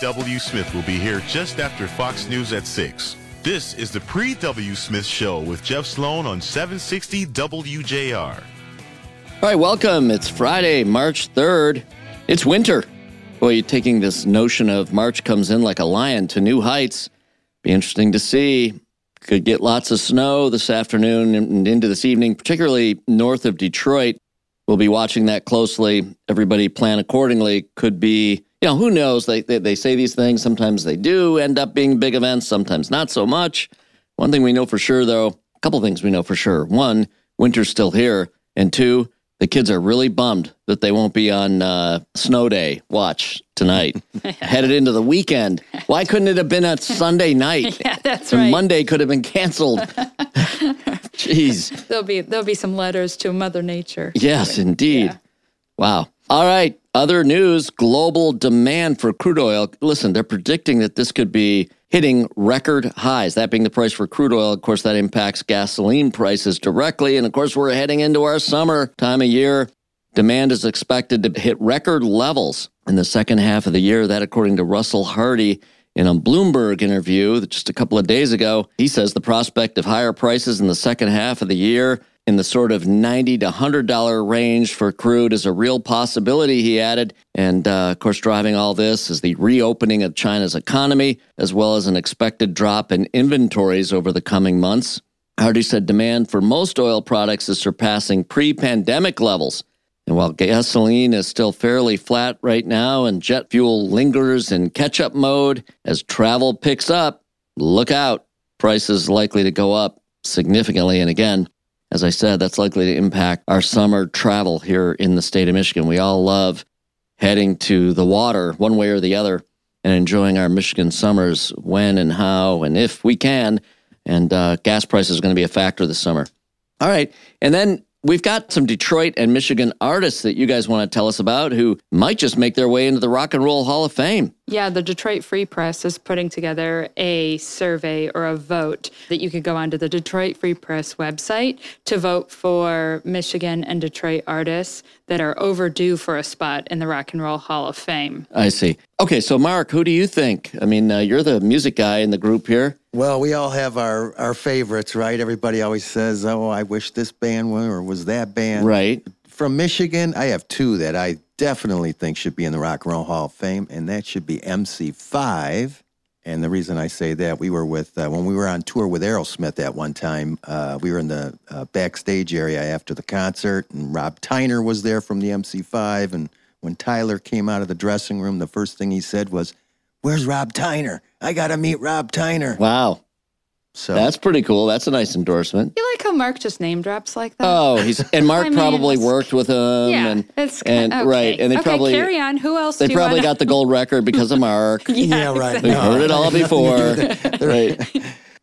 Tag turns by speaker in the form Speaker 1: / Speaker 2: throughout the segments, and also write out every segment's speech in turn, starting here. Speaker 1: W. Smith will be here just after Fox News at 6. This is the pre W. Smith Show with Jeff Sloan on 760 WJR.
Speaker 2: All right, welcome. It's Friday, March 3rd. It's winter. Boy, you're taking this notion of March comes in like a lion to new heights. Be interesting to see. Could get lots of snow this afternoon and into this evening, particularly north of Detroit. We'll be watching that closely. Everybody plan accordingly. Could be, you know, who knows? They, they, they say these things. Sometimes they do end up being big events, sometimes not so much. One thing we know for sure, though, a couple things we know for sure. One, winter's still here. And two, the kids are really bummed that they won't be on uh, snow day watch tonight headed into the weekend why couldn't it have been a sunday night
Speaker 3: Yeah, that's
Speaker 2: and
Speaker 3: right.
Speaker 2: monday could have been canceled jeez
Speaker 3: There'll be there'll be some letters to Mother Nature.
Speaker 2: yes indeed
Speaker 3: Yeah.
Speaker 2: wow all right other news global demand for crude oil listen they're predicting that this could be hitting record highs that being the price for crude oil of course that impacts gasoline prices directly and of course we're heading into our summer time of year Demand is expected to hit record levels in the second half of the year. That, according to Russell Hardy in a Bloomberg interview that just a couple of days ago, he says the prospect of higher prices in the second half of the year in the sort of $90 to $100 range for crude is a real possibility, he added. And uh, of course, driving all this is the reopening of China's economy, as well as an expected drop in inventories over the coming months. Hardy said demand for most oil products is surpassing pre pandemic levels. And while gasoline is still fairly flat right now and jet fuel lingers in catch up mode, as travel picks up, look out. Prices likely to go up significantly. And again, as I said, that's likely to impact our summer travel here in the state of Michigan. We all love heading to the water one way or the other and enjoying our Michigan summers when and how and if we can. And uh, gas price is going to be a factor this summer. All right. And then we've got some Detroit and Michigan artists that you guys want to tell us about who might just make their way into the Rock and Roll Hall of Fame.
Speaker 3: Yeah, the Detroit Free Press is putting together a survey or a vote that you can go onto the Detroit Free Press website to vote for Michigan and Detroit artists that are overdue for a spot in the Rock and Roll Hall of Fame.
Speaker 2: I see. Okay. So, Mark, who do you think? I mean, uh, you're the music guy in the group here.
Speaker 4: Well, we all have our, our favorites, right? Everybody always says, oh, I wish this band were or was that band.
Speaker 2: Right.
Speaker 4: From Michigan, I have two that I definitely think should be in the Rock and Roll Hall of Fame, and that should be MC5. And the reason I say that, we were with, uh, when we were on tour with Aerosmith at one time, uh, we were in the uh, backstage area after the concert, and Rob Tyner was there from the MC5. And when Tyler came out of the dressing room, the first thing he said was, Where's Rob Tyner? I got to meet Rob Tyner.
Speaker 2: Wow.
Speaker 4: So
Speaker 2: That's pretty cool. That's a nice endorsement.
Speaker 3: You like how Mark just name drops like that?
Speaker 2: Oh, he's and Mark
Speaker 3: I mean,
Speaker 2: probably
Speaker 3: it's-
Speaker 2: worked with him.
Speaker 3: yeah,
Speaker 2: and,
Speaker 3: it's ki-
Speaker 2: Oh, and
Speaker 3: okay.
Speaker 2: right, and they
Speaker 3: okay,
Speaker 2: probably
Speaker 3: carry on. Who else?
Speaker 2: they
Speaker 3: do you
Speaker 2: probably
Speaker 3: wanna-
Speaker 2: got the gold record because of Mark. We've
Speaker 4: Yeah, right. No,
Speaker 2: heard it all before. right,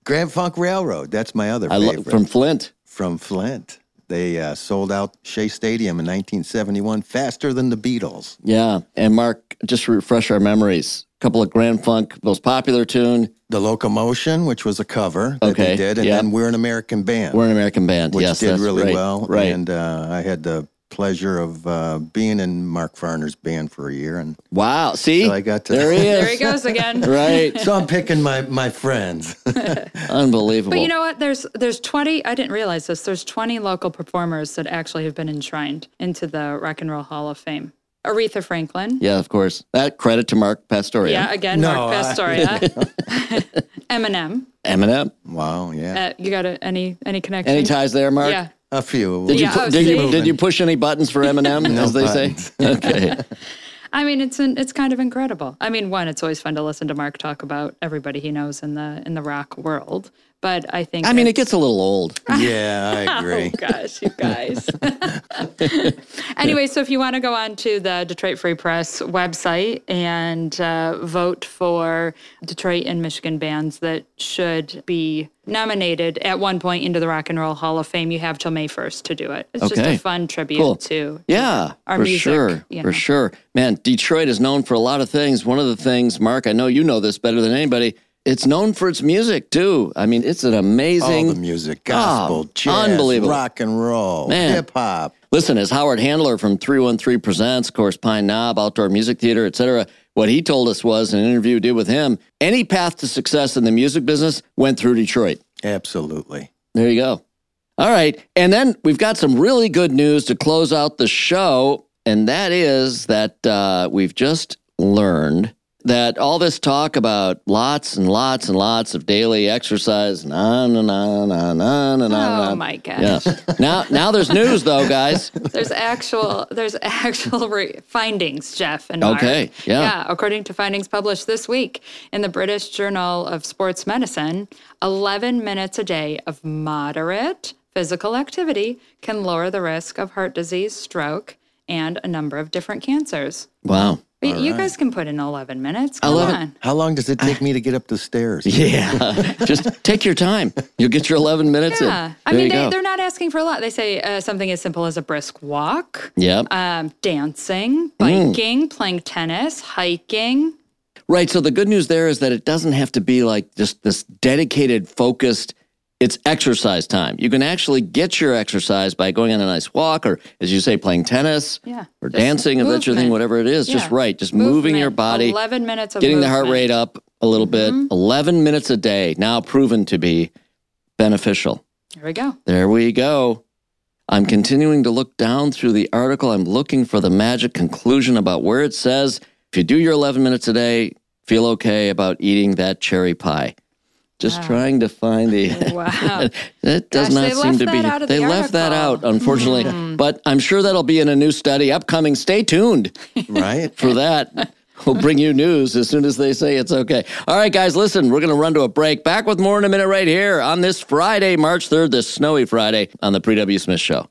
Speaker 4: Grand Funk Railroad. That's my other
Speaker 2: I
Speaker 4: favorite
Speaker 2: love from Flint.
Speaker 4: from Flint. They uh, sold out Shea Stadium in 1971 faster than the Beatles.
Speaker 2: Yeah, and Mark, just to refresh our memories. A couple of Grand Funk, most popular tune.
Speaker 4: The Locomotion, which was a cover that
Speaker 2: Okay,
Speaker 4: they did, and
Speaker 2: yeah.
Speaker 4: then We're an American Band,
Speaker 2: We're an American band.
Speaker 4: which
Speaker 2: yes,
Speaker 4: did
Speaker 2: that's
Speaker 4: really
Speaker 2: right,
Speaker 4: well.
Speaker 2: Right.
Speaker 4: And uh, I had the pleasure of uh, being in Mark Farner's band for a year, and
Speaker 2: wow. See,
Speaker 4: so I got to.
Speaker 2: there he
Speaker 3: There he
Speaker 2: is.
Speaker 3: goes again.
Speaker 2: right.
Speaker 4: so I'm picking my my friends.
Speaker 2: Unbelievable.
Speaker 3: But you know what? There's there's 20. I didn't realize this. There's 20 local performers that actually have been enshrined into the Rock and Roll Hall of Fame. Aretha Franklin.
Speaker 2: yeah, of course. That credit to Mark Pastorian.
Speaker 3: Yeah, again,
Speaker 4: No,
Speaker 3: Mark
Speaker 4: I-
Speaker 3: Pastoria. Eminem.
Speaker 2: Eminem.
Speaker 4: wow, yeah,
Speaker 3: Uh, you got a, any any connection?
Speaker 2: Any ties there, Mark?
Speaker 3: Yeah.
Speaker 4: a few.
Speaker 2: Did you
Speaker 3: Yeah,
Speaker 2: pu-
Speaker 3: oh,
Speaker 2: did
Speaker 3: see?
Speaker 2: you did you push any buttons for Eminem, as they
Speaker 4: buttons.
Speaker 2: say? Okay.
Speaker 3: I mean, it's an, it's kind of incredible. I mean, one, it's always fun to listen to Mark talk about everybody he knows in the in the rock world. But I think
Speaker 2: I mean, it
Speaker 3: it's-
Speaker 2: gets a little old.
Speaker 4: yeah, I agree.
Speaker 3: Oh gosh, you guys. anyway, so if you want to go on to the Detroit Free Press website and uh, vote for Detroit and Michigan bands that should be nominated at one point into the Rock and Roll Hall of Fame, you have till May 1st to do it. It's just
Speaker 2: Okay.
Speaker 3: a fun tribute
Speaker 2: Cool.
Speaker 3: to.
Speaker 2: Yeah,
Speaker 3: Our
Speaker 2: for
Speaker 3: music,
Speaker 2: sure,
Speaker 3: you
Speaker 2: for
Speaker 3: know.
Speaker 2: sure. Man, Detroit is known for a lot of things. One of the things, Mark, I know you know this better than anybody. It's known for its music too. I mean, it's an amazing.
Speaker 4: All the music, gospel,
Speaker 2: Oh,
Speaker 4: jazz,
Speaker 2: unbelievable.
Speaker 4: rock and roll,
Speaker 2: Man.
Speaker 4: hip hop.
Speaker 2: Listen, as Howard Handler from 313 Presents, of course, Pine Knob, Outdoor Music Theater, et cetera, what he told us was in an interview we did with him, any path to success in the music business went through Detroit.
Speaker 4: Absolutely.
Speaker 2: There you go. All right. And then we've got some really good news to close out the show. And that is that uh, we've just learned that all this talk about lots and lots and lots of daily exercise and on and on and on and on and on.
Speaker 3: Oh my gosh.
Speaker 2: Yeah. Now, now there's news though, guys.
Speaker 3: There's actual there's actual re- findings, Jeff and Mark.
Speaker 2: Okay, yeah.
Speaker 3: According to findings published this week in the British Journal of Sports Medicine, 11 minutes a day of moderate physical activity can lower the risk of heart disease, stroke, and a number of different cancers.
Speaker 2: Wow.
Speaker 3: But you guys can put in 11 minutes. Come
Speaker 2: 11
Speaker 3: on.
Speaker 4: How long does it take me to get up the stairs?
Speaker 2: Yeah. Just take your time. You'll get your 11 minutes
Speaker 3: Yeah.
Speaker 2: in.
Speaker 3: I
Speaker 2: There
Speaker 3: mean,
Speaker 2: you
Speaker 3: they,
Speaker 2: go.
Speaker 3: they're not asking for a lot. They say uh, something as simple as a brisk walk.
Speaker 2: Yep.
Speaker 3: um,
Speaker 2: Mm.
Speaker 3: dancing, biking, playing tennis, hiking.
Speaker 2: Right. So the good news there is that it doesn't have to be like just this dedicated, focused, it's exercise time. You can actually get your exercise by going on a nice walk or, as you say, playing tennis
Speaker 3: Yeah,
Speaker 2: or
Speaker 3: just
Speaker 2: dancing, adventure thing,
Speaker 3: movement.
Speaker 2: whatever it is. Just
Speaker 3: Yeah.
Speaker 2: right. Just moving your
Speaker 3: Movement,
Speaker 2: body,
Speaker 3: Eleven minutes of
Speaker 2: getting the heart
Speaker 3: movement. Mm-hmm.
Speaker 2: rate up a little bit. 11 minutes a day now proven to be beneficial.
Speaker 3: There we go.
Speaker 2: There we go. I'm continuing to look down through the article. I'm looking for the magic conclusion about where it says if you do your 11 minutes a day, feel okay about eating that cherry pie. Just trying to find the.
Speaker 3: Wow.
Speaker 2: It does
Speaker 3: Gosh,
Speaker 2: not
Speaker 3: they
Speaker 2: seem
Speaker 3: left
Speaker 2: to be.
Speaker 3: that out of
Speaker 2: they
Speaker 3: the
Speaker 2: left that out,
Speaker 3: article. Hmm.
Speaker 2: unfortunately. But I'm sure that'll be in a new study upcoming. Stay tuned
Speaker 4: Right?
Speaker 2: for that. We'll bring you news as soon as they say it's okay. All right, guys, listen, we're going to run to a break. Back with more in a minute right here on this Friday, March 3rd, this snowy Friday on the Pre W. Smith Show.